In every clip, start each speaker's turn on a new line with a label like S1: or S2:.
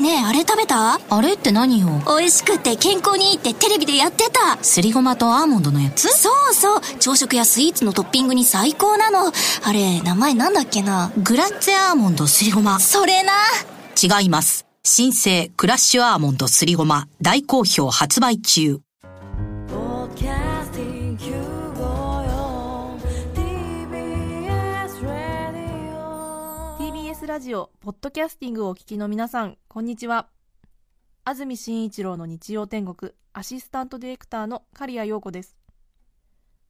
S1: ねえあれ食べた
S2: あれって何よ
S1: 美味しくて健康にいいってテレビでやってた
S2: すりごまとアーモンドのやつ
S1: そうそう朝食やスイーツのトッピングに最高なのあれ名前なんだっけな
S2: グラッツェアーモンドすりごま
S1: それな
S2: 違います新生クラッシュアーモンドすりごま大好評発売中
S3: Broadcasting QOO TBS Radio
S4: TBS ラジオポッドキャスティングをお聞きの皆さんこんにちは安住紳一郎の日曜天国アシスタントディレクターの刈谷陽子です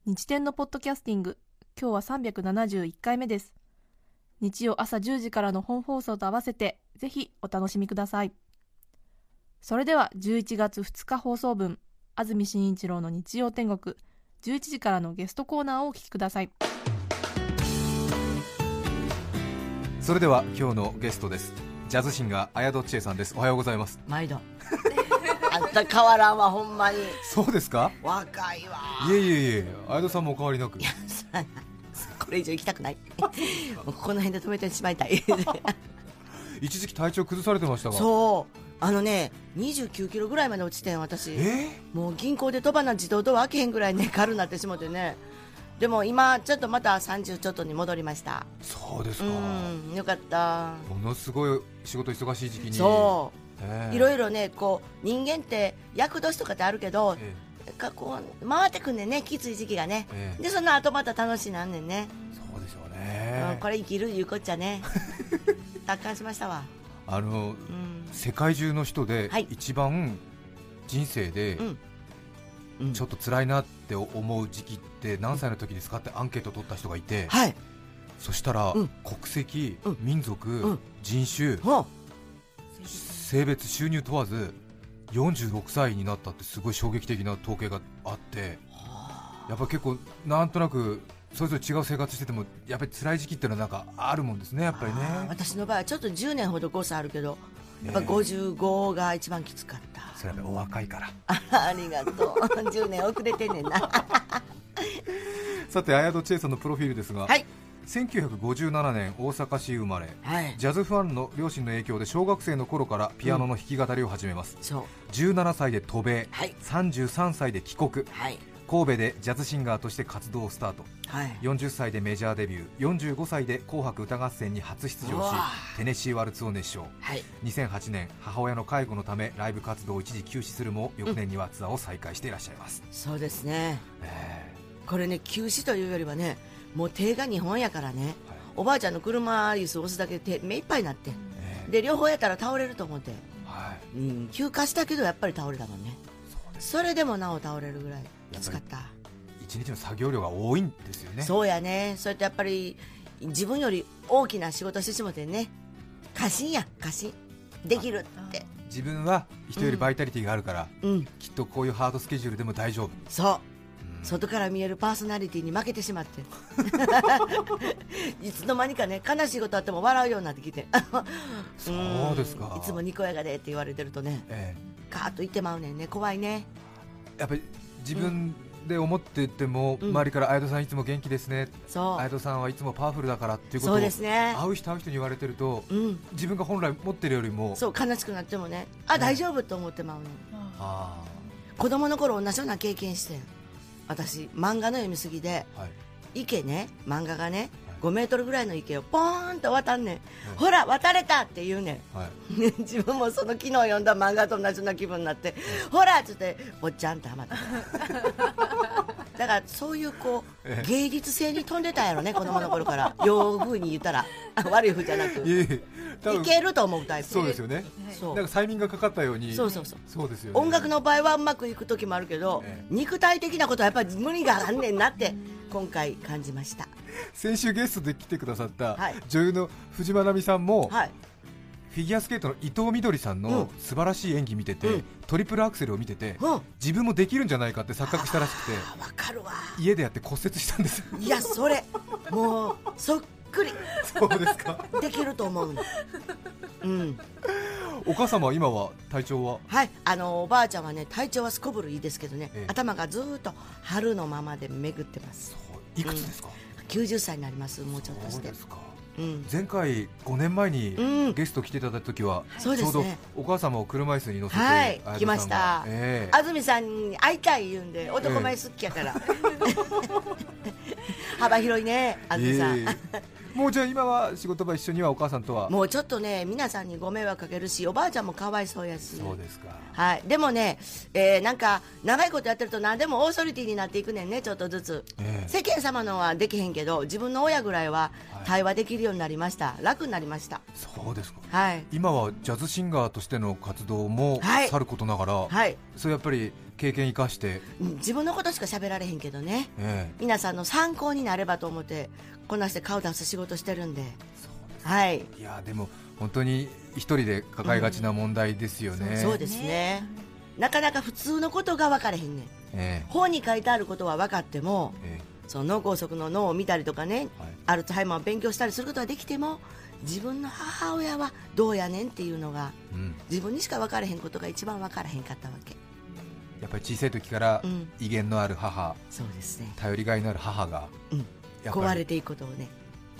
S4: 日天のポッドキャスティング今日は371回目です日曜朝10時からの本放送と合わせてぜひお楽しみくださいそれでは11月2日放送分安住紳一郎の日曜天国11時からのゲストコーナーをお聞きください
S5: それでは今日のゲストですジャズシンガー綾戸千恵さんですおはようございます
S6: 毎度 あんた変わらんわほんまに
S5: そうですか
S6: 若いわ
S5: いえいえいえ綾戸さんもお変わりなく
S6: これ以上行きたくないもうここの辺で止めてしまいたい
S5: 一時期体調崩されてましたが
S6: そうあのね29キロぐらいまで落ちてん私
S5: え
S6: もう銀行で飛ばな自動ドア開けへんぐらいね軽なってしもてねでも今ちょっとまた30ちょっとに戻りました
S5: ー、そうです
S6: う
S5: か
S6: んよかった
S5: ものすごい仕事忙しい時期に、
S6: そう
S5: え
S6: ういろ
S5: い
S6: いろねこう人間って厄年とかってあるけど
S5: ろえ
S6: なんかこう回ってくんねんねきつい時期がね
S5: ええ
S6: でその後また楽しいなんねんね
S5: えそうでしょう
S6: うん
S5: ね
S6: これ生きるいうこっち ゃね達観しましたわ、
S5: あの
S6: うん、
S5: 世界中の人で
S6: はい
S5: 一番人生で
S6: うんうん
S5: ちょっと辛いなって思う時期って何歳の時ですかってアンケート取った人がいて
S6: はい
S5: そしたら
S6: うん
S5: 国籍
S6: うん
S5: 民族
S6: うん
S5: 人種
S6: ほ
S5: 性別収入問わず46歳になったってすごい衝撃的な統計があってやっぱ結構なんとなくそれぞれ違う生活しててもやっぱり辛い時期っていうのはなんかあるもんですねやっぱり
S6: あー
S5: ね
S6: 私の場合はちょっと10年ほど誤差あるけどやっぱ
S5: ね
S6: 55が一番きつかった、
S5: それはやっぱお若いから
S6: あありがとう 10年遅れてんねんな
S5: さて綾戸千恵さんのプロフィールですが、
S6: はい
S5: 1957年大阪市生まれ
S6: はい
S5: ジャズファンの両親の影響で小学生の頃からピアノの弾き語りを始めます、
S6: そう
S5: 17歳で渡米、
S6: はい
S5: 33歳で帰国
S6: はい
S5: 神戸でジャズシンガーとして活動をスタート
S6: はい
S5: 40歳でメジャーデビュー45歳で「紅白歌合戦」に初出
S6: う
S5: 場し
S6: わ
S5: テネシーワルツを熱唱
S6: はい
S5: 2008年母親の介護のためライブ活動を一時休止するも翌年にはツアーを再開していらっしゃいます、
S6: そうですね
S5: え
S6: これね休止というよりはねもう手が日本やからね
S5: えはい
S6: おばあちゃんの車椅子押すだけで手目いっぱいになって
S5: え
S6: で両方やったら倒れると思って
S5: えはい
S6: うん、休暇したけどやっぱり倒れたもんね
S5: そうです
S6: それでもなお倒れるぐらいきつかった、
S5: 一日の作業量が多いんですよね
S6: そうやねそれとやっぱり自分より大きな仕事してしもてね過信や過信できるって
S5: 自分は人よりバイタリティがあるから、
S6: うん
S5: きっとこういうハードスケジュールでも大丈夫、
S6: そう
S5: うん
S6: 外から見えるパーソナリティに負けてしまって いつの間にかね悲しいことあっても笑うようになって きて
S5: そうですか
S6: んいつもにこやかでって言われてるとね
S5: え
S6: カーッと言ってまうねんね怖いね
S5: えやっぱり自分で思ってても、
S6: うん
S5: 周りから「綾戸さんいつも元気ですね」
S6: そ
S5: 綾戸さんはいつもパワフルだからっていううこと
S6: そ
S5: を
S6: うですね
S5: 会う人会う人に言われてると
S6: うん
S5: 自分が本来持ってるよりも
S6: そう悲しくなってもねあ
S5: ん
S6: 大丈夫と思ってまうね
S5: あ
S6: 子供の頃同じような経験してん私漫画の読みすぎで
S5: ーはい
S6: 池ね漫画がね
S5: はい
S6: 5メートルぐらいの池をポーンと渡んねん、
S5: うん
S6: ほら渡れたって言うねん
S5: はい
S6: 自分もその昨日読んだ漫画と同じような気分になって、ほらっつってぼっちゃんってハマった だからそういうこ
S5: え
S6: う芸術性に飛んでたんやろね子供の頃から洋風に言ったら悪い風じゃなく
S5: い
S6: い
S5: えいえ多分
S6: けると思うタイプ
S5: そうですよね
S6: そ
S5: な
S6: うん
S5: か催眠がかかったように
S6: そうそうそう
S5: そうですよね
S6: 音楽の場合はうまくいく時もあるけど、
S5: ええ
S6: 肉体的なことはやっぱり無理があんねんなって今回感じました
S5: 先週ゲストで来てくださった
S6: はい
S5: 女優の藤間奈美さんも
S6: はい
S5: フィギュアスケートの伊藤みどりさんの
S6: う
S5: 素晴らしい演技見て
S6: う
S5: て
S6: ん
S5: トリプルアクセルを見てて
S6: うんわ
S5: 自分もできるんじゃないかって錯覚したらしくて
S6: かるわ
S5: 家でやって骨折したんです
S6: いやそれもうそっくり
S5: そうですか
S6: できると思うのうん
S5: お母様は今は体調は
S6: はいあのおばあちゃんはね体調はすこぶるいいですけどね、
S5: ええ
S6: 頭がずーっと春のままで巡ってます
S5: いくつですか
S6: 90歳になりますもうちょっとし
S5: そう
S6: て
S5: ですか
S6: うん
S5: 前回5年前
S6: う
S5: に
S6: ん
S5: ゲスト来ていただいた時は、
S6: い
S5: ち
S6: そうで
S5: ょう
S6: す
S5: ど
S6: ね
S5: お母様を車椅子に乗せて、
S6: はい
S5: 綾部さんが
S6: 来ました
S5: ええ
S6: 安住さんに会いたい言うんで男前好きやから、 幅広いね安住さん、
S5: ええもうじゃあ今は仕事場一緒にはお母さんとは
S6: もうちょっとね皆さんにご迷惑かけるしおばあちゃんもかわいそうやし
S5: そうですか
S6: はい、でもね、えーなんか長いことやってると何でもオーソリティになっていくねんねちょっとずつ、
S5: ええ
S6: 世間様のはできへんけど自分の親ぐらいは
S5: はい
S6: 対話できるようになりました楽になりました
S5: そうですか
S6: はい
S5: 今はジャズシンガーとしての活動も
S6: はい
S5: さることながら、
S6: はい
S5: そうやっぱり経験生かして、
S6: うん自分のことしか喋られへんけどね
S5: ええ
S6: 皆さんの参考になればと思ってこんなして顔出す仕事してるんで
S5: そうです
S6: はい、
S5: いやでも本当に一人で抱えがちな問題ですよね、
S6: そうですねなかなか普通のことが分からへんねん
S5: え
S6: 本に書いてあることは分かっても
S5: ええ
S6: その脳梗塞の脳を見たりとかね
S5: えはい
S6: アルツハイマーを勉強したりすることができても自分の母親はどうやねんっていうのが
S5: うん、
S6: 自分にしか分からへんことが一番分からへんかったわけ
S5: やっぱり小さい時から
S6: うん
S5: 威厳のある母、
S6: そうですね
S5: 頼りがいのある母が、
S6: うん
S5: やっぱり
S6: 壊れていくことをね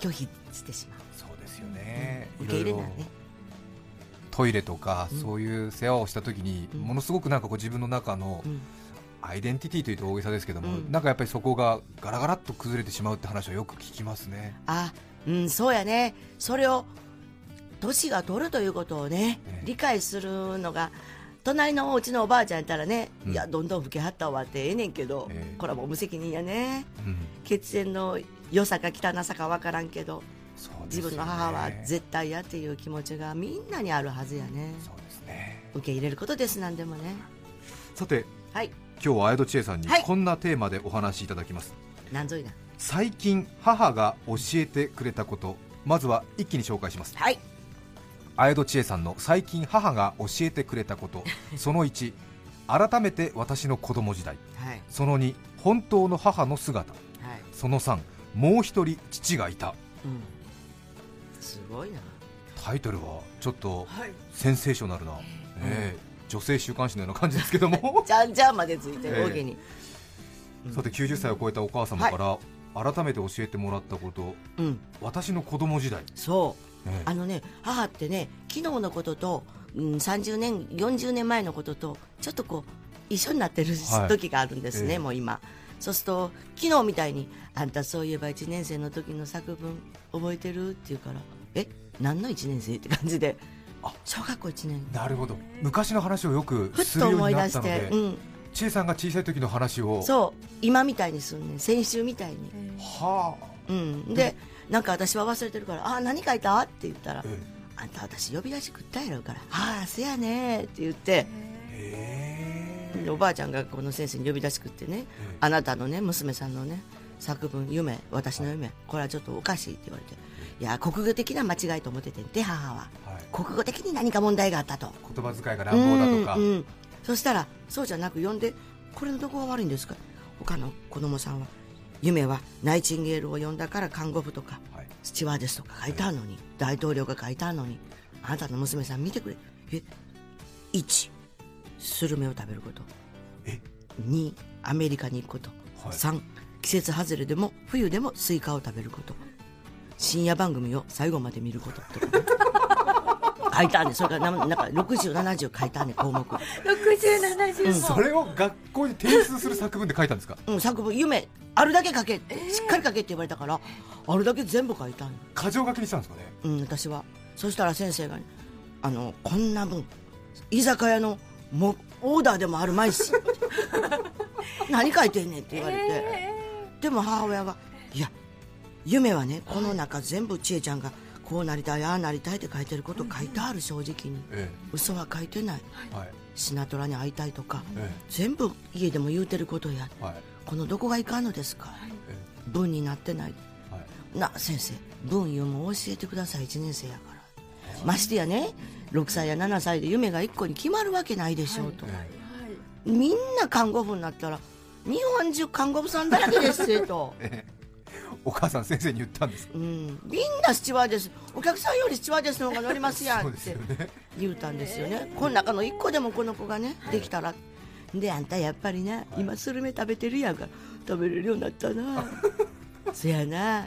S6: 拒否してしま
S5: そうですよね、
S6: う受け入れ
S5: いろ
S6: ないい
S5: ろ
S6: ね
S5: トイレとか、
S6: うん
S5: そういう世話をした時に、
S6: うん
S5: ものすごくなんかこう自分の中の
S6: うん
S5: アイデンティティというと大げさですけども、
S6: うん
S5: なんかやっぱりそこがガラガラっと崩れてしまうって話はよく聞きますね、
S6: あうんそうやねそれを年が取るということをね
S5: ええ
S6: 理解するのが隣のお家のおばあちゃんやったらね、
S5: うん
S6: いやどんどん老けはったわってええねんけど、
S5: ええ
S6: これはもう無責任やね
S5: うん、
S6: 血縁の良さか汚さか分からんけど
S5: そうです
S6: 自
S5: よね
S6: 分の母は絶対やっていう気持ちがみんなにあるはずやね
S5: そうですね
S6: 受け入れることですなんでもね
S5: さて
S6: はい
S5: 今日は綾戸千恵さんに
S6: はい
S5: こんなテーマでお話しいただきます、
S6: なんぞいな
S5: 最近母が教えてくれたことまずは一気に紹介します
S6: はい
S5: 綾戸千恵さんの最近母が教えてくれたこと その1改めて私の子供時代
S6: はい
S5: その2本当の母の姿
S6: はい、
S5: その3もう一人父がいた
S6: うん、すごいな
S5: タイトルはちょっと
S6: はい
S5: センセーショナルな、ええ女性週刊誌のような感じですけども
S6: じゃんじゃんまでついて
S5: ええ
S6: る大げに、
S5: さて90歳を超えたお母様から改めて教えてもらったこと
S6: うん
S5: 私の子供時代、
S6: そう
S5: ええ
S6: あのね母ってね昨日のことと、うん、30年40年前のこととちょっとこう一緒になってる
S5: はい
S6: 時があるんですね、
S5: ええ
S6: もう今そうすると昨日みたいに「あんたそういえば1年生の時の作文覚えてる?」って言うから「え何の1年生?」って感じで
S5: あ
S6: 小学校1年
S5: なるほど昔の話をよく
S6: ふ
S5: す
S6: っ
S5: る
S6: と
S5: よう
S6: 思
S5: に
S6: い
S5: なっ
S6: 出
S5: た
S6: し
S5: ので
S6: て、うん、
S5: 千恵さんが小さい時の話を
S6: そう今みたいにすんねん先週みたいに、
S5: はあ
S6: うん、でなんか私は忘れてるから「あ何書いた?」って言ったら
S5: ええ
S6: 「あんた私呼び出し食ったやろ」から「ああせやね」って言って。
S5: へえ
S6: おばあちゃんがこの先生に呼び出しくってね、あなたのね娘さんのね作文夢私の夢これはちょっとおかしいって言われていや国語的な間違いと思っててんて母は
S5: はい、
S6: 国語的に何か問題があったと
S5: 言葉遣いが乱暴だとか、
S6: うんうんそしたらそうじゃなく呼んでこれのどこが悪いんですか他の子供さんは夢はナイチンゲールを呼んだから看護婦とか
S5: はい、
S6: スチュワーデスとか書いてあるのに大統領が書いてあるのにあなたの娘さん見てくれえ1スルメを食べること
S5: え
S6: 2アメリカに行くこと、
S5: はい
S6: 3季節外れでも冬でもスイカを食べること深夜番組を最後まで見ることとかね 書いてあるねそれからななんか6070書いてあるね項目、
S5: それを学校に提出する作文で書いたんです か
S6: うん、作文夢あるだけ書けって、しっかり書けって言われたからあるだけ全部書いてあるの
S5: 過剰書きにしたんですかね
S6: うん、私はそしたら先生がね、あのこんな分居酒屋のもオーダーでもあるま いし何書いてんねんって言われて、でも母親はいや夢はねこの中全部千恵ちゃんがこうなりたいああなりたいって書いてること書いてある正直に
S5: え
S6: 嘘は書いてない
S5: えはい
S6: シナトラに会いたいとか
S5: え
S6: 全部家でも言うてることや
S5: えはい
S6: このどこがいかんのですか
S5: え
S6: 文になってない
S5: えはい
S6: な先生文読む教えてください1年生やからましてやね6歳や7歳で夢が1個に決まるわけないでしょうと、
S5: え、
S6: みんな看護婦になったら日本中看護婦さんだらけですってと
S5: え お母さん先生に言ったんですか
S6: うん、みんなスチュワーデスお客さんよりスチュワーデスの方が乗りますやん
S5: そう
S6: っ
S5: です
S6: て
S5: よね
S6: 言うたんですよね、この中の1個でもこの子がねできたらであんたやっぱりな今スルメ食べてるやんから食べれるようになったなそやな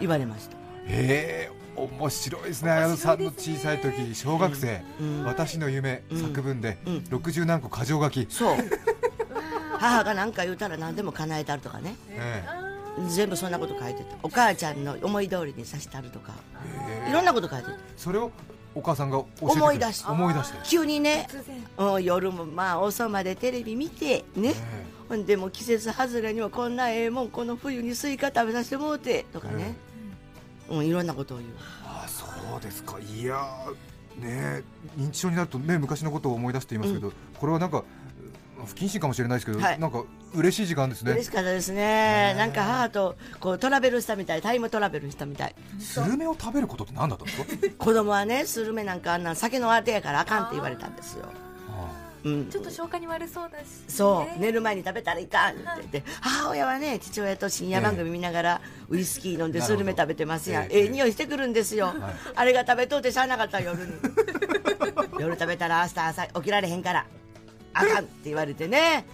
S6: 言われました
S5: へえ面白いですね綾野さんの小さい時小学生、
S6: うん
S5: 私の夢、
S6: ん
S5: 作文で、
S6: うん
S5: 60何個箇条書き、
S6: そう母が何か言うたら何でも叶えたるとかね
S5: え
S6: 全部そんなこと書いてたお母ちゃんの思い通りにさせたるとか
S5: えへえ
S6: いろんなこと書いてた
S5: それをお母さんが教えてくれる
S6: 思い出して
S5: 思い出して、
S6: 急にね、うん、夜もまあ遅までテレビ見てね
S5: え
S6: ほんでもう季節外れにはこんなええもんこの冬にスイカ食べさせてもうてとかね、うん、いろんなことを言う
S5: あそうですかいやーねえ認知症になるとね昔のことを思い出していますけど、これはなんかうん不謹慎かもしれないですけど、
S6: はい
S5: なんか嬉しい時間ですね
S6: 嬉しかったですねなんか母とこうトラベルしたみたいタイムトラベルしたみたい
S5: スルメを食べることって何だったんですか
S6: 子供はねスルメなんかあんな酒のあてやからあかんって言われたんですよ、
S5: あ
S6: うん、
S7: ちょっと消化に悪そうだし
S6: そう、
S7: ね
S6: 寝る前に食べたらいかんって言って、母親はね、父親と深夜番組見ながら、ウイスキー飲んで
S5: なる
S6: ス
S5: ほど
S6: ルメ食べてますやん。
S5: え
S6: え
S5: え
S6: え匂いしてくるんですよ。あれが食べとうてしゃあなかった 夜に。夜食べたら明日朝起きられへんから、あかんって言われてね。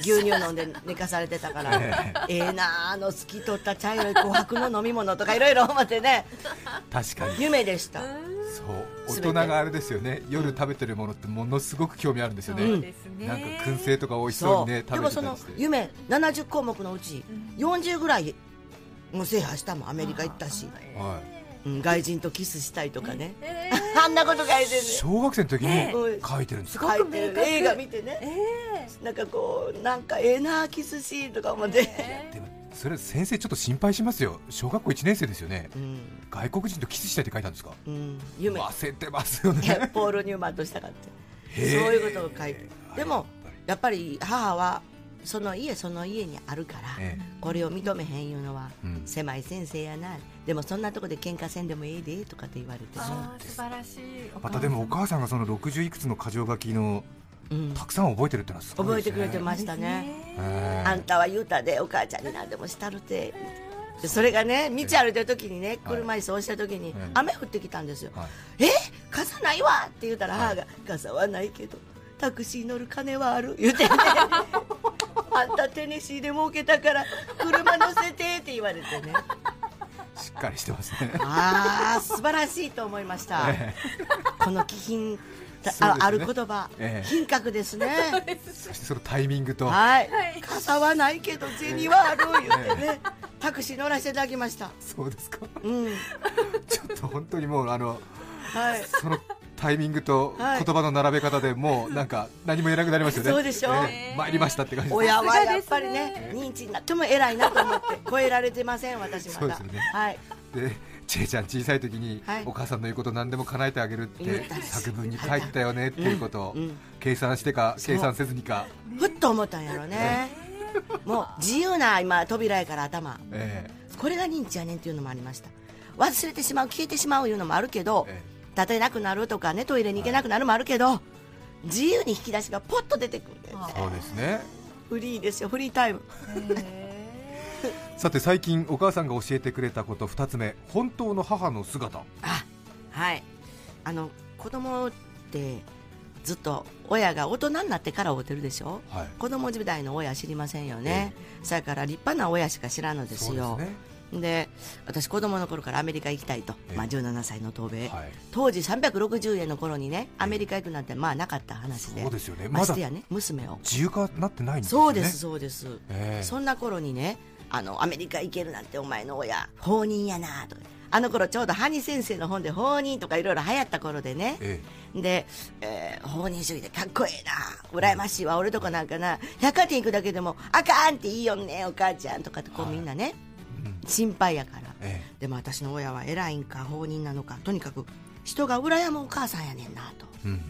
S6: 牛乳飲んで寝かされてたから
S5: え、
S6: ええなあ、あの透き通った茶色い琥珀の飲み物とかいろいろ思ってね、
S5: あ確かに
S6: 夢でした。
S5: そう大人
S6: 全て
S5: があれですよね夜食べてるものってものすごく興味あるんですよね、
S7: そうですね
S5: なんか燻製とか美味しそう
S6: そう。
S5: にね
S6: で
S5: 食べ
S6: も
S5: てた
S6: そ
S5: り
S6: の
S5: して
S6: 夢70項目のうち40ぐらいもう制覇したもんアメリカ行ったし、
S5: はい、
S6: うん、外人とキスしたいとかね、あんなこと書いてるね
S5: 小学生の時に
S6: ええ
S5: 書いてるんですか、
S6: 書いてる映画見てね、なんかこうなんかええなキスシーンとか思って、
S5: でもそれ先生ちょっと心配しますよ小学校1年生ですよね、
S6: うん
S5: 外国人とキスしたいって書いたんですか
S6: うん、夢
S5: 忘れてますよね
S6: ポール・ニューマンとしたかってそう
S5: へえ
S6: いうことを書いてでも
S5: やっぱり
S6: やっぱり母はその家その家にあるから、
S5: ええ
S6: これを認めへんいうのは、
S5: うん
S6: 狭い先生やなでもそんなとこで喧嘩せんでもええでとかって言われてね
S7: あー素晴らしい
S5: またでもお母さんがその60いくつの箇条書きの
S6: うん
S5: たくさん覚えてるってのはすご
S6: 覚
S5: い
S6: え
S5: で
S6: て
S5: す
S6: く
S5: ね
S6: れてましたね
S5: ええ
S6: あんたは言うたでお母ちゃんに何でもしたるてでそれがね道歩いてる時にね車椅子を押した時に
S5: はい
S6: 雨降ってきたんですよ
S5: はい
S6: 「え傘ないわ!」って言うたら母が「傘はないけどタクシー乗る金はある」言う てねあんたテネシーで儲けたから車乗せてって言われてね
S5: しっかりしてますね
S6: ああ素晴らしいと思いました
S5: え
S6: この気品た
S5: そうですね
S6: あある言葉
S5: ええ
S6: 品格ですね
S5: そしてそのタイミングと
S6: はい、傘はないけど銭はある言ってね、タクシー乗らせていただきました。
S5: そうですか
S6: うん、
S5: ちょっと本当にもうあの
S6: はい。
S5: そのタイミングと言
S6: はい
S5: 葉の並べ方でもうなんか何も言えなくなりますよね
S6: そうでしょ
S5: ええ参りましたって感じです
S6: 親はやっぱりね、認知になっても偉いなと思って、超えられてません、私まだ。
S5: そうですよね
S6: はい。
S5: でちえちゃん小さい時に
S6: はい
S5: お母さんの言うこと何でも叶えてあげるって
S6: 言ったんです
S5: 作文に書いてたよねっていうことを
S6: うんうん
S5: 計算してか
S6: そう
S5: 計算せずにか
S6: ふっと思ったんやろね。もう自由な今扉やから頭。
S5: え
S6: これが認知やねんっていうのもありました。忘れてしまう、消えてしまういうのもあるけど
S5: え、
S6: 立てなくなるとかね、トイレに行けなくなるもあるけど、自由に引き出しがポッと出てくるんだよ
S5: え
S6: ね。
S5: そうですね
S6: フリーですよ、フリータイム。
S5: さて最近お母さんが教えてくれたこと2つ目本当の母の姿
S6: あはいあの子供ってずっと親が大人になってから会うてるでしょ、
S5: はい
S6: 子供時代の親知りませんよね、そやから立派な親しか知らんのですよ
S5: そうで
S6: で,、私子供の頃からアメリカ行きたいと、
S5: ええ
S6: まあ、17歳の東米、
S5: はい
S6: 当時360円の頃にねアメリカ行くなんてまあなかった話で
S5: そうですよね
S6: ま
S5: ま
S6: し
S5: だ
S6: てやね娘を
S5: 自由化なってないんですよね
S6: そうですそうです、
S5: ええ
S6: そんな頃にねあのアメリカ行けるなんてお前の親放任やなとかあの頃ちょうどハニ先生の本で放任とかいろいろ流行った頃でね、
S5: え
S6: で、えー放任主義でかっこええな羨ましいわ俺とかなんかな百貨店行くだけでもあかんっていいよねお母ちゃんとかってこうみんなね、心配やから、
S5: ええ
S6: でも私の親は偉いんか放任なのかとにかく人が羨むお母さんやねんなと
S5: えうん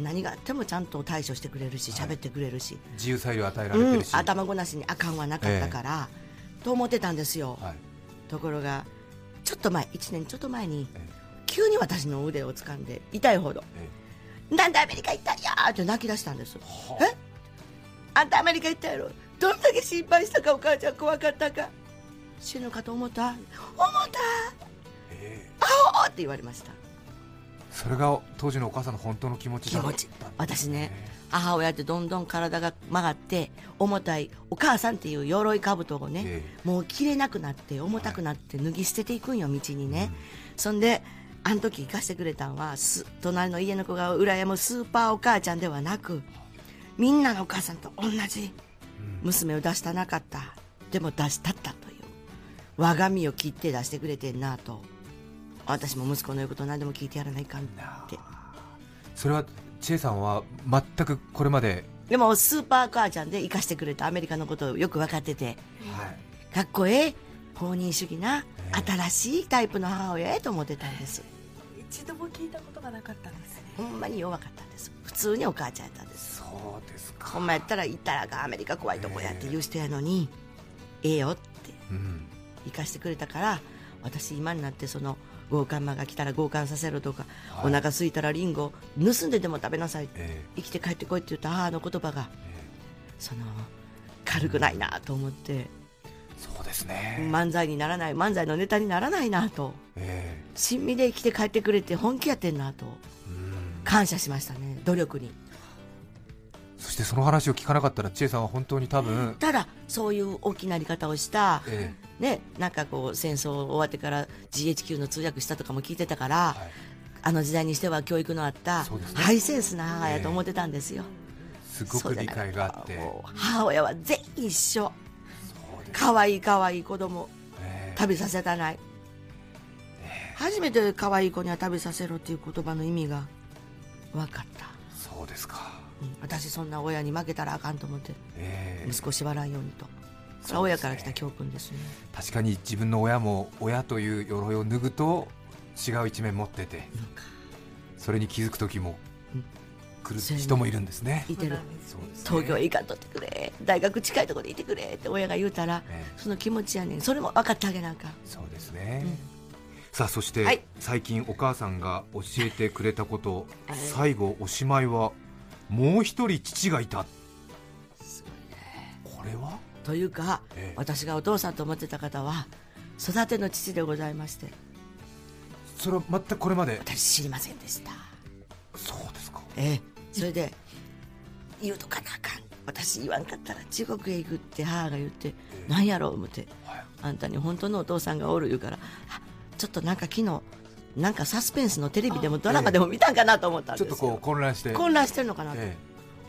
S6: 何があってもちゃんと対処してくれるし喋ってくれるし、
S5: 自由裁量与えられ
S6: う
S5: て
S6: ん
S5: るし、、
S6: 頭ごなしにあかんはなかったから、と思ってたんですよ、
S5: はい
S6: ところがちょっと前1年ちょっと前に
S5: え
S6: 急に私の腕を掴んで痛いほど
S5: え
S6: 「なんでアメリカ行ったんや!」って泣き出したんですえあんたアメリカ行ったやろどんだけ心配したかお母ちゃん怖かったか死ぬかと思った思った、あおって言われました
S5: それが当時のお母さんの本当の気持ち
S6: 気
S5: だった
S6: 持
S5: んですね
S6: ち私ね母親ってどんどん体が曲がって重たいお母さんっていう鎧兜をね、
S5: え
S6: もう着れなくなって重たくなって脱ぎ捨てていくんよ道にね、そんであの時行かしてくれたんはす隣の家の子が羨むスーパーお母ちゃんではなくみんなのお母さんと同じ娘を出したなかったでも出したったという我が身を切って出してくれてんなと私も息子の言うこと何でも聞いてやらないかんって
S5: それは千恵さんは全くこれまで、
S6: でもスーパー母ちゃんで生かしてくれたアメリカのことをよく分かってて
S5: はい、
S6: かっこええ放任主義な
S5: ええ
S6: 新しいタイプの母親へと思ってたんです
S7: 一度も聞いたことがなかったんですね
S6: ほんまに弱かったんです普通にお母ちゃんやったんです
S5: そうですか、
S6: ほんまやったら行ったらあかんアメリカ怖いとこやって言う人やのにええよって
S5: うん、
S6: 生かしてくれたから私今になってその強姦魔が来たら強姦させろとか、
S5: はい
S6: お腹空いたらリンゴ盗んででも食べなさいって
S5: え
S6: 生きて帰ってこいって言った母の言葉が
S5: ええ
S6: その軽くないなと思って
S5: えそうですね、
S6: 漫才にならない漫才のネタにならないなと
S5: ええ
S6: 親身で生きて帰ってくれて本気やってんなと
S5: うん、
S6: 感謝しましたね努力に
S5: そしてその話を聞かなかったら千恵さんは本当に多分、
S6: ただそういう大きなやり方をした、
S5: え
S6: ね、なんかこう戦争終わってから GHQ の通訳したとかも聞いてたから、
S5: えはい、
S6: あの時代にしては教育のあった
S5: そうですね
S6: ハイセンスな母やと思ってたんですよ、
S5: すごく理解があって
S6: そうじゃなかたらもう母親は全員一緒
S5: そうです
S6: 可愛い可愛い子供
S5: ええ
S6: 旅させたない初めて可愛い子には旅させろっていう言葉の意味が分かった、
S5: そうですか、
S6: うん私そんな親に負けたらあかんと思って
S5: ええ
S6: 息子縛らんようにと、それは親から来た教訓ですね
S5: 確かに自分の親も親という鎧を脱ぐと違う一面持っててそれに気づく時も
S6: うん
S5: 来る人もいるんですね
S6: いてる
S5: そうですね
S6: 東京へ行かんとってくれ大学近いところにいてくれって親が言うたら、
S5: ええ
S6: その気持ちやねんそれも分かってあげなあかん
S5: そうですね、さあそして、
S6: はい
S5: 最近お母さんが教えてくれたこと
S6: はい
S5: 最後おしまいはもう一人父がいたこれは
S6: というか、
S5: ええ
S6: 私がお父さんと思ってた方は育ての父でございまして
S5: それは全くこれまで
S6: 私知りませんでした
S5: そうですか
S6: ええそれで言うとかなあかん私言わんかったら中国へ行くって母が言ってなんやろう思って
S5: はい
S6: あんたに本当のお父さんがおる言うからあちょっとなんか昨日なんかサスペンスのテレビでもドラマでも見たんかなと思ったん
S5: ち
S6: で
S5: ょっ
S6: す
S5: と
S6: よ
S5: こう混乱して
S6: 混乱してるのかなと、
S5: え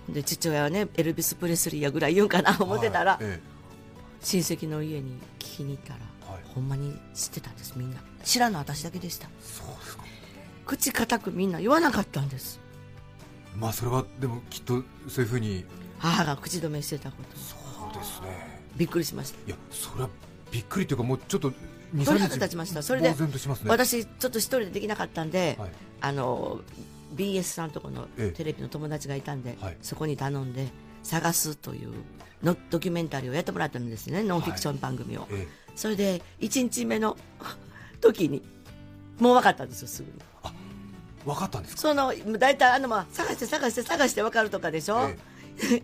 S6: で父親はねエルビス・プレスリーやぐらい言うんかな
S5: え
S6: 思ってたら、
S5: はいえ
S6: 親戚の家に聞きに行ったら、
S5: はい
S6: ほんまに知ってたんですみんな知らんの私だけでした
S5: えそうですか
S6: 口固くみんな言わなかったんです
S5: まあそれはでもきっとそういうふうに
S6: 母が口止めしてたこと
S5: そうですね
S6: びっくりしました
S5: いやそれはびっくりというかもうちょっと2
S6: 鳥肌立ちましたそれで
S5: 呆然としますね
S6: 私ちょっと一人でできなかったんで、
S5: はい
S6: あの BS さんとこの
S5: ええ
S6: テレビの友達がいたんで、
S5: はい
S6: そこに頼んで探すというのドキュメンタリーをやってもらったんですねノンフィクション番組を、
S5: ええ
S6: それで1日目の 時にもう分かったんですよすぐに
S5: 分かったんですか
S6: その大体あのまあ探して探して探して分かるとかでしょ、
S5: え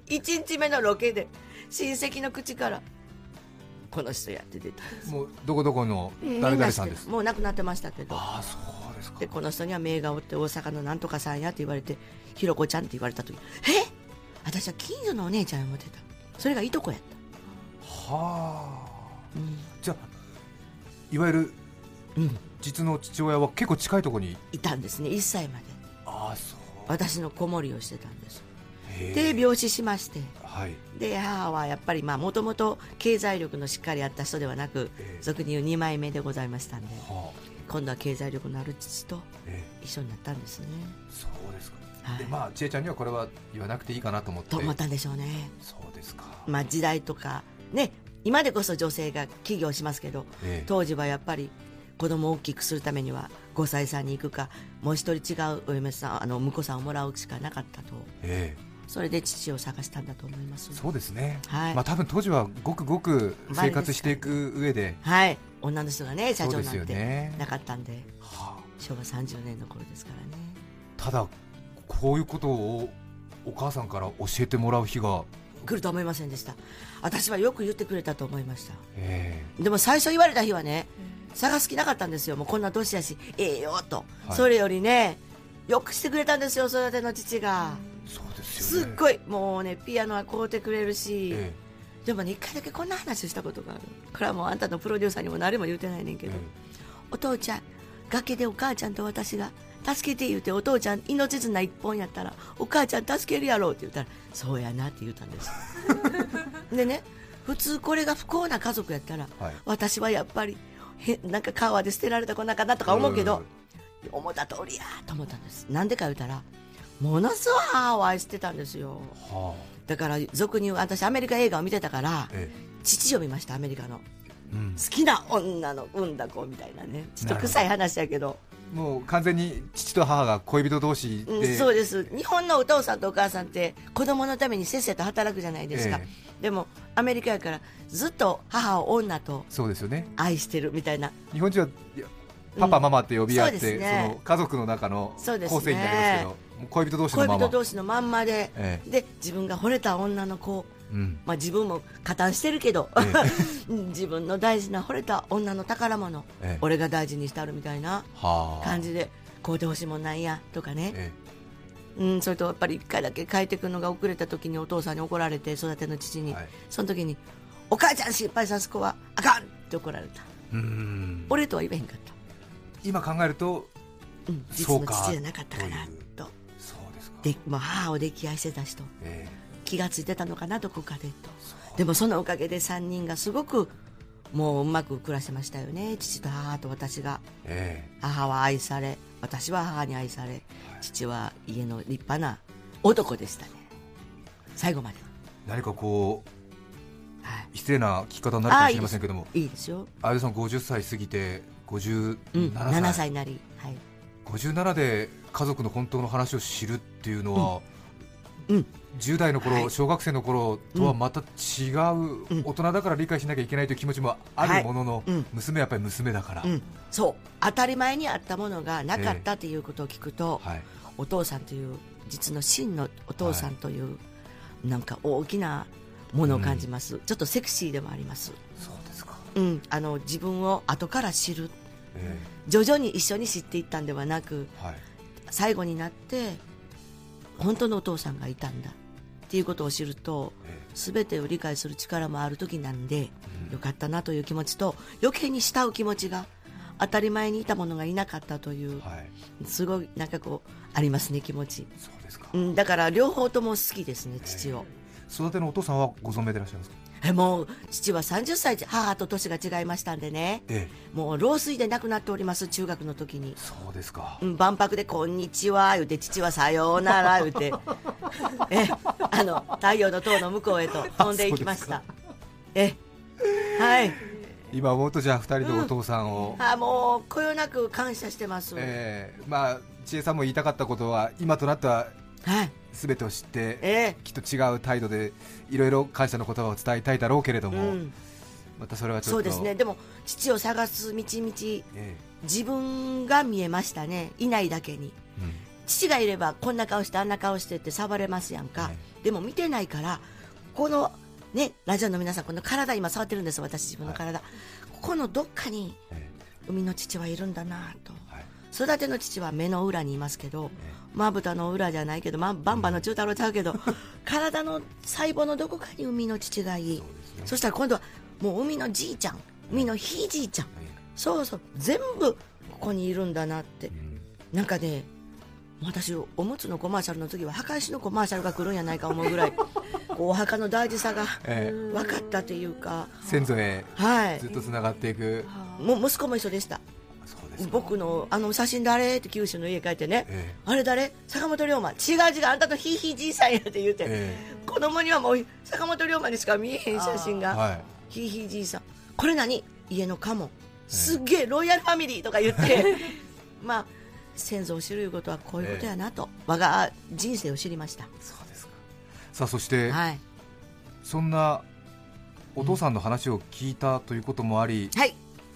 S6: 1日目のロケで親戚の口から「この人や」って出たんです
S5: もうどこどこの
S6: みん
S5: 誰
S6: な
S5: 々
S6: 知
S5: さ
S6: っ
S5: ん
S6: て
S5: で
S6: る
S5: す
S6: もう亡くなってましたけど
S5: ああそうですか
S6: でこの人には名がおって大阪のなんとかさんやって言われてひろこちゃんって言われた時え私は近所のお姉ちゃんや思ってたそれがいとこやった
S5: はあ、じゃあいわゆる、実の父親は結構近いところに
S6: いたんですね1歳まで
S5: ああそう
S6: 私の子守りをしてたんです
S5: へえ
S6: で病死しまして
S5: はい
S6: で母はやっぱりもともと経済力のしっかりあった人ではなく
S5: ええ
S6: 俗に言う2枚目でございましたんで
S5: は
S6: 今度は経済力のある父と
S5: あ、え
S6: 一緒になったんですね
S5: えそうですか、
S6: はい
S5: でまあ千恵ちゃんにはこれは言わなくていいかなと思って
S6: と思ったんでしょうね
S5: そうですか、
S6: まあ時代とかね今でこそ女性が起業しますけど
S5: ええ
S6: 当時はやっぱり子供を大きくするためには5歳さんに行くかもう一人違うお嫁さんあの婿さんをもらうしかなかったと
S5: え
S6: それで父を探したんだと思います
S5: えそうですね、
S6: はい
S5: まあ多分当時はごくごく生活していく上で
S6: はい女の人がね社
S5: そ
S6: 長な
S5: う
S6: ん
S5: ですよね
S6: てなかったんで
S5: はあ
S6: 昭和30年の頃ですからね
S5: ただこういうことをお母さんから教えてもらう日が、
S6: 来るとは思いませんでした私はよく言ってくれたと思いました
S5: え
S6: でも最初言われた日はね探す気なかったんですよもうこんな年やしええよと、
S5: はい
S6: それよりねよくしてくれたんですよ育ての父が、
S5: そうです
S6: す
S5: よ
S6: っ
S5: ね
S6: ごいもうねピアノは買うてくれるし、
S5: え
S6: でもね一回だけこんな話をしたことがあるこれはもうあんたのプロデューサーにも誰も言うてないねん
S5: え
S6: け
S5: え
S6: ど、お父ちゃん崖でお母ちゃんと私が助けて言うてお父ちゃん命綱一本やったらお母ちゃん助けるやろうって言ったらそうやなって言ったんです でね普通これが不幸な家族やったら、
S5: はい
S6: 私はやっぱりへなんか川で捨てられた子なんかなとか思うけど、思った通りやと思ったんですなんでか言うたらものすごい母を愛してたんですよ
S5: はあ
S6: だから俗に言う私アメリカ映画を見てたから
S5: え
S6: 父を見ましたアメリカの
S5: えうん
S6: 好きな女の産んだ子みたいなねちょっと臭い話やけど
S5: もう完全に父と母が恋人同士で、
S6: うん、そうです日本のお父さんとお母さんって子供のためにせっせと働くじゃないですか、
S5: え
S6: でもアメリカやからずっと母を女と
S5: そうですよね
S6: 愛してるみたいな
S5: 日本人はいやパパママって呼び合っ
S6: うん
S5: て、
S6: そうです
S5: そ
S6: ね
S5: の家族の中の構
S6: そう
S5: 成
S6: で
S5: になり
S6: す
S5: ま
S6: ね
S5: すけどもう恋人同士の
S6: 恋
S5: まま
S6: 人同士のまんまで、
S5: え
S6: で自分が惚れた女の子、
S5: うん
S6: まあ、自分も加担してるけど、
S5: え
S6: 自分の大事な惚れた女の宝物、
S5: ええ
S6: 俺が大事にしてあるみたいな
S5: はあ
S6: 感じでこうでほしいもんなんやとかね、
S5: え
S6: うん、それとやっぱり一回だけ帰ってくるのが遅れた時にお父さんに怒られて育ての父
S5: え
S6: に、
S5: はい
S6: その時に「お母ちゃん失敗さす子はあかん!」って怒られた
S5: うん
S6: 俺とは言えへんかった、
S5: 今考えると
S6: うん、実
S5: そう
S6: の
S5: か
S6: 父じゃなかったかなと
S5: そうですか
S6: で、まあ、母を溺愛してた人
S5: え
S6: 気がついてたのかなどこかでとでもそのおかげで3人がすごくもううまく暮らしてましたよね父と母と私が
S5: ええ
S6: 母は愛され私は母に愛され父は家の立派な男でしたね最後まで
S5: え何かこう
S6: はい
S5: 失礼な聞き方になるかもしれませんけども
S6: いいですよ、
S5: 相田さん50歳過ぎて57
S6: う
S5: 歳,、
S6: ん、7歳になり、はい、
S5: 57で家族の本当の話を知るっていうのは、
S6: うんうん
S5: 10代の頃、
S6: はい
S5: 小学生の頃とはまた違う、
S6: うん
S5: 大人だから理解しなきゃいけないという気持ちもあるものの、
S6: いうん
S5: 娘はやっぱり娘だから、
S6: うん、そう当たり前にあったものがなかったっていうことを聞くと、
S5: はい、
S6: お父さんという実の真のお父さんという、なんか大きなものを感じます、ちょっとセクシーでもあります、
S5: そうですか、
S6: うん、あの自分を後から知る
S5: え
S6: 徐々に一緒に知っていったんではなく
S5: えはい、
S6: 最後になって本当のお父さんがいたんだっていうことを知ると
S5: え
S6: 全てを理解する力もある時なんで
S5: うん
S6: よかったなという気持ちと余計に慕う気持ちが当たり前にいたものがいなかったという
S5: えはい、
S6: すごいなんかこうありますね気持ち、
S5: そうですか、
S6: うん、だから両方とも好きですね父を、
S5: 育てのお父さんはご存命でいらっしゃいますか、
S6: えもう父は30歳で母と年が違いましたんでね
S5: ええ、
S6: もう老衰で亡くなっております中学の時に
S5: そうですか、
S6: うん万博で「こんにちは」言うて父は「さようなら」言 うてえあの太陽の塔の向こうへと飛んでいきましたえはい
S5: 今思うとじゃあ2人のお父さんを、
S6: あもうこよなく感謝してます、
S5: ええまあ千恵さんも言いたかったことは今となっては
S6: はい
S5: 全てを知って、
S6: え
S5: きっと違う態度でいろいろ感謝の言葉を伝えたいだろうけれど
S6: えう
S5: も、
S6: ん、
S5: またそれはちょっと
S6: そうですねでも父を探す道々
S5: え
S6: 自分が見えましたねいないだけに
S5: えうん
S6: 父がいればこんな顔してあんな顔してって触れますやんか、
S5: え
S6: でも見てないからこのねラジオの皆さんこの体今触ってるんです私自分の体、ここのどっかに
S5: え
S6: 海の父はいるんだなぁと
S5: えはい
S6: 育ての父は目の裏にいますけど
S5: え
S6: まぶたの裏じゃないけど、ま、バンバンの中太郎ちゃうけど体の細胞のどこかに海の父がいい
S5: そうですね
S6: そしたら今度はもう海のじいちゃん海のひいじいちゃん
S5: え
S6: そうそう全部ここにいるんだなって
S5: えうん
S6: なんかね私おむつのコマーシャルの時は墓石のコマーシャルが来るんやないか思う ぐらいこうお墓の大事さが
S5: ええ
S6: 分かったというか
S5: 先祖へ
S6: はい
S5: ずっとつながっていく、
S6: もう息子も一緒でした
S5: そうですか
S6: 僕のあの写真誰って九州の家帰ってね、
S5: え
S6: あれ誰坂本龍馬違う違うあんたのひいひいじいさんやって言うて、
S5: え
S6: 子供にはもう坂本龍馬にしか見えへん写真
S5: え
S6: が
S5: はい
S6: ひいひいじいさんこれ何家の家紋すっげえロイヤルファミリーとか言って まあ先祖を知るいうことはこういうことやなと、我が人生を知りました
S5: そうですかさあそして、
S6: はい、
S5: そんなお父さんの話を聞いたということもあり、
S6: はい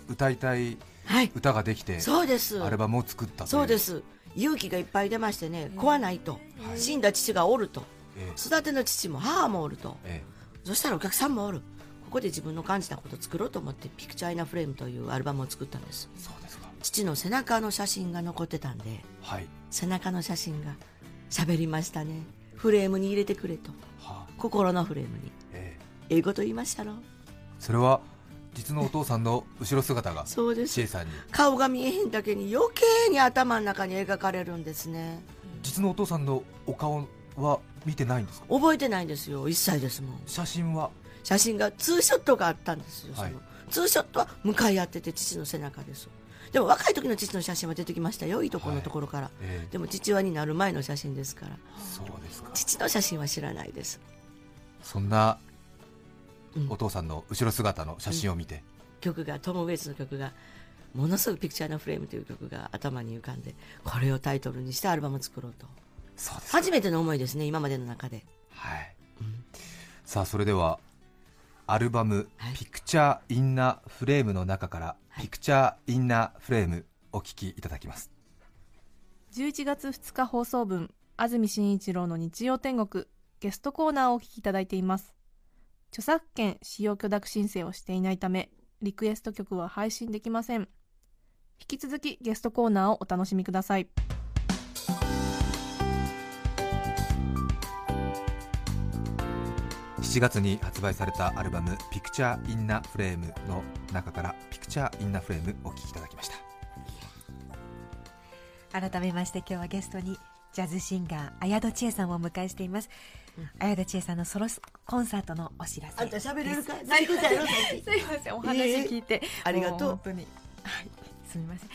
S5: 歌いたい
S6: はい、
S5: 歌ができて
S6: そうです
S5: アルバムを作ったという
S6: そうで、す勇気がいっぱい出ましてね怖ないと、死んだ父がおると
S5: ええ
S6: 育ての父も母もおると
S5: え
S6: そしたらお客さんもおるここで自分の感じたことを作ろうと思って「ピクチャーイナフレームというアルバムを作ったんです
S5: えそうですか
S6: 父の背中の写真が残ってたんで
S5: はい、
S6: 背中の写真が喋りましたねフレームに入れてくれと
S5: はあ
S6: 心のフレームに
S5: ええ
S6: ええこと言いましたろ
S5: それは実のお父さんの後ろ姿が
S6: そうです
S5: 千恵さんに
S6: 顔が見えへんだけに余計に頭の中に描かれるんですね
S5: 実のお父さんのお顔は見てないんですか
S6: 覚えてないんですよ一切ですもん
S5: 写真は
S6: 写真がツーショットがあったんですよ、その
S5: はい
S6: ツーショットは向かい合ってて父の背中ですでも若い時の父の写真は出てきましたよいとこのところから、
S5: ええ
S6: でも父親になる前の写真ですから
S5: そうですか
S6: 父の写真は知らないです
S5: そんな
S6: うん
S5: お父さんの後ろ姿の写真を見て、
S6: 曲がトム・ウェイツの曲が「ものすごくピクチャーのフレーム」という曲が頭に浮かんでこれをタイトルにしてアルバムを作ろうと
S5: そうですか
S6: 初めての思いですね今までの中で
S5: はい、さあそれではアルバム
S6: はい
S5: 「ピクチャー・インナー・フレーム」の中から「ピクチャー・インナー・フレーム」お聴きいただきます
S4: 11月2日放送分安住紳一郎の日曜天国ゲストコーナーをお聞きいただいています著作権使用許諾申請をしていないためリクエスト曲は配信できません引き続きゲストコーナーをお楽しみください
S5: 7月に発売されたアルバム「ピクチャー・インナー・フレーム」の中から「ピクチャー・インナー・フレーム」お聴きいただきました
S7: 改めまして今日はゲストにジャズシンガー綾戸千恵さんをお迎えしています、綾戸千恵さんのソロコンサートのお知らせ
S6: あんた喋れるか
S7: です
S6: 泣いてたやろさっき
S7: すいませんお話聞いて、
S6: ありがとう
S7: も本当にはいすみません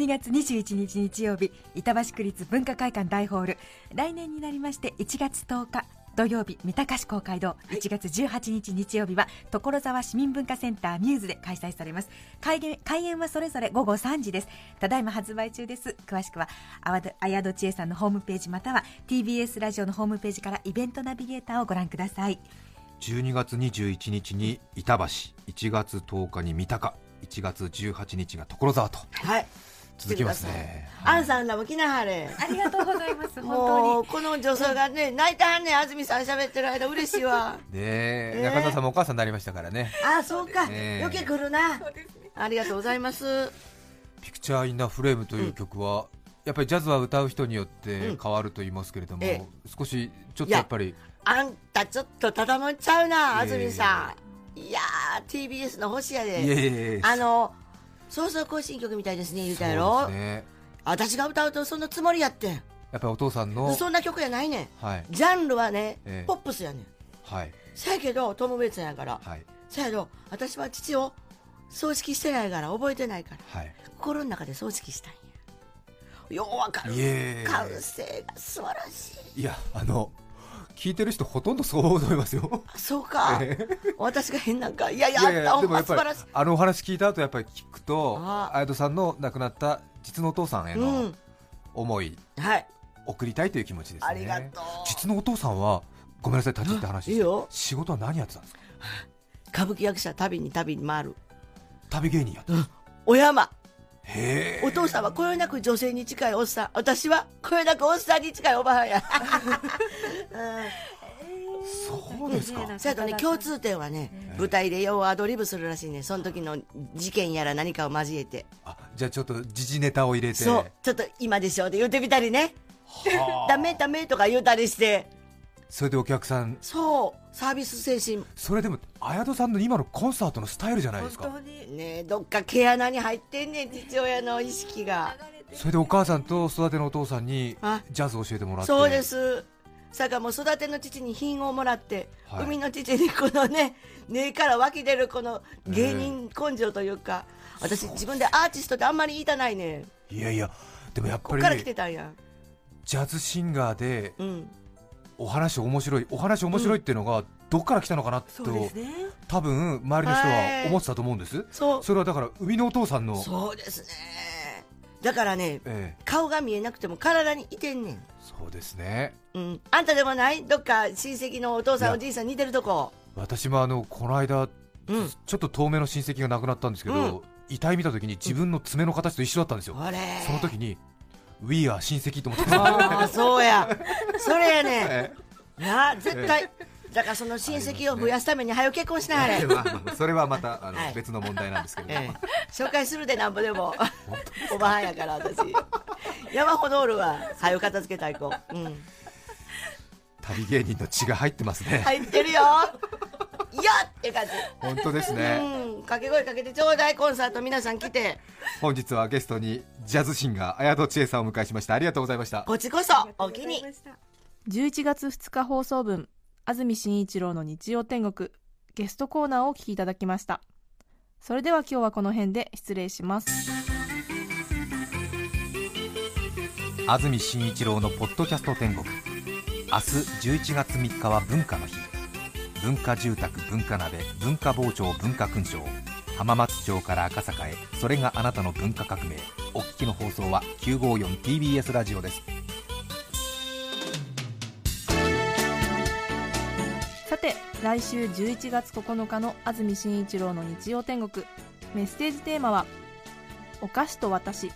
S7: 12月21日日曜日板橋区立文化会館大ホール来年になりまして1月10日土曜日三鷹市公会堂1月18日日曜日は所沢市民文化センターミューズで開催されます開演開演はそれぞれ午後3時ですただいま発売中です詳しくはあわど綾戸千恵さんのホームページまたは TBS ラジオのホームページからイベントナビゲーターをご覧ください
S5: 12月21日に板橋1月10日に三鷹1月18日が所沢と
S6: はい
S5: 続きますね
S6: あんさんらも来なはれ
S7: ありがとうございます
S6: もうこの女装がね泣いてはんねん安住さん喋ってる間嬉しいわ
S5: で、
S6: えー
S5: 中澤さんもお母さんになりましたからね
S6: あそうか
S5: ねえ
S6: 余計来るなありがとうございます
S5: ピクチャーインナーフレームという曲は、やっぱりジャズは歌う人によって変わると言いますけれども、
S6: ええ
S5: 少しちょっとやっぱり
S6: あんたちょっとただもんちゃうな、
S5: いやいや
S6: 安住
S5: いや
S6: さん。いやー、TBS の星やで。
S5: いえいえいえ
S6: あの、そうそう更新曲みたいですね、言うたや
S5: そ
S6: ろ
S5: う。ですね
S6: 私が歌うとそのつもりやってん。
S5: やっぱりお父さんの
S6: そんな曲やないねん。
S5: はい
S6: ジャンルはね、
S5: ええ
S6: ポップスやねん。
S5: はい
S6: せやけど、トム・ウェイツやから。
S5: はい
S6: せやけど、私は父を葬式してないから、覚えてないから。
S5: はい
S6: 心の中で葬式したんや。ようわかる
S5: い。え
S6: 感性が素晴らしい。
S5: いやあの聞いてる人ほとんどそう思いますよ
S6: あそうか。
S5: え
S6: 私が変なんか。いやいや、
S5: い
S6: あ
S5: や
S6: ん
S5: い
S6: た
S5: や
S6: ほ
S5: で
S6: ん
S5: もや
S6: ま
S5: っ
S6: 素
S5: ぱ
S6: 晴
S5: り
S6: らしい。
S5: あのお話聞いた後やっぱり聞くと
S6: ああ
S5: 綾戸さんの亡くなった実のお父さんへ
S6: う
S5: の
S6: ん。
S5: 思い、
S6: はい。
S5: 送りたいという気持ちですね
S6: ありがとう
S5: 実のお父さんはごめんなさい立ち入った話して
S6: いいよ
S5: 仕事は何やってたんですか
S6: 歌舞伎役者旅に旅に回る
S5: 旅芸人やってた
S6: お山
S5: へえ
S6: お父さんはこよなく女性に近いおっさん私はこよなくおっさんに近いおばはんや
S5: そうですか
S6: そやとね共通点はね舞台でようアドリブするらしいねその時の事件やら何かを交えて
S5: あじゃあちょっと時事ネタを入れて
S6: そうちょっと今でしょって言ってみたりね ダメダメとか言うたりして
S5: それでお客さん
S6: そうサービス精神
S5: それでも綾戸さんの今のコンサートのスタイルじゃないですか
S6: ねどっか毛穴に入ってんねん父親の意識が
S5: それでお母さんと育てのお父さんに
S6: あ
S5: ジャズを教えてもらって
S6: そうですさかもう育ての父に品をもらって、
S5: はい
S6: 海の父にこの ね根から湧き出るこの芸人根性というか、私自分でアーティストってあんまり言いたないねん
S5: いやいやでもやっ
S6: こ
S5: ぱ
S6: っ
S5: り
S6: から来てたんや
S5: ジャズシンガーで
S6: うん
S5: お話面白いお話面白いっていうのがどっから来たのかなと、
S7: ね
S5: 多分周りの人
S6: は
S5: はい思ってたと思うんです
S6: そう
S5: それはだから海のお父さんの
S6: そうですねだからね
S5: ええ
S6: 顔が見えなくても体にいてんねん
S5: そうですね
S6: うん、あんたでもないどっか親戚のお父さ
S5: い
S6: ん
S5: や
S6: おじいさん似てるとこ
S5: 私もあのこの間
S6: うん
S5: ちょっと遠目の親戚が亡くなったんですけど、遺体見た時に自分の爪の形と一緒だったんですよ、
S6: あれ
S5: そ の時に「We are 親戚」と思って
S6: ああそうやそれやねん
S5: え
S6: なあ絶対だからその親戚を増やすために早く結婚しなはれ、
S8: まあまあそれはまたあの、
S6: はい
S8: 別の問題なんですけれども、
S6: ええ紹介するでなんぼでもおばはんやから私山ほどおるわ早く片付けたい子、うん、
S8: 旅芸人の血が入ってますね、
S6: 入ってるよいやって感じ
S8: 本当ですね
S6: うん掛け声かけてちょうだいコンサート皆さん来て
S8: 本日はゲストにジャズシンガー綾戸千恵さんをお迎えしましたありがとうございました
S6: こっちこそお気に
S4: 11月2日放送分安住紳一郎の日曜天国ゲストコーナーをお聞きいただきましたそれでは今日はこの辺で失礼します
S5: 安住紳一郎のポッドキャスト天国明日11月3日は文化の日文化住宅文化鍋文化包丁文化勲章浜松町から赤坂へそれがあなたの文化革命お聞きの放送は 954TBS ラジオです
S4: さて来週11月9日の安住紳一郎の日曜天国メッセージテーマは「お菓子と私」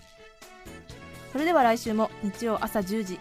S4: それでは来週も日曜朝10時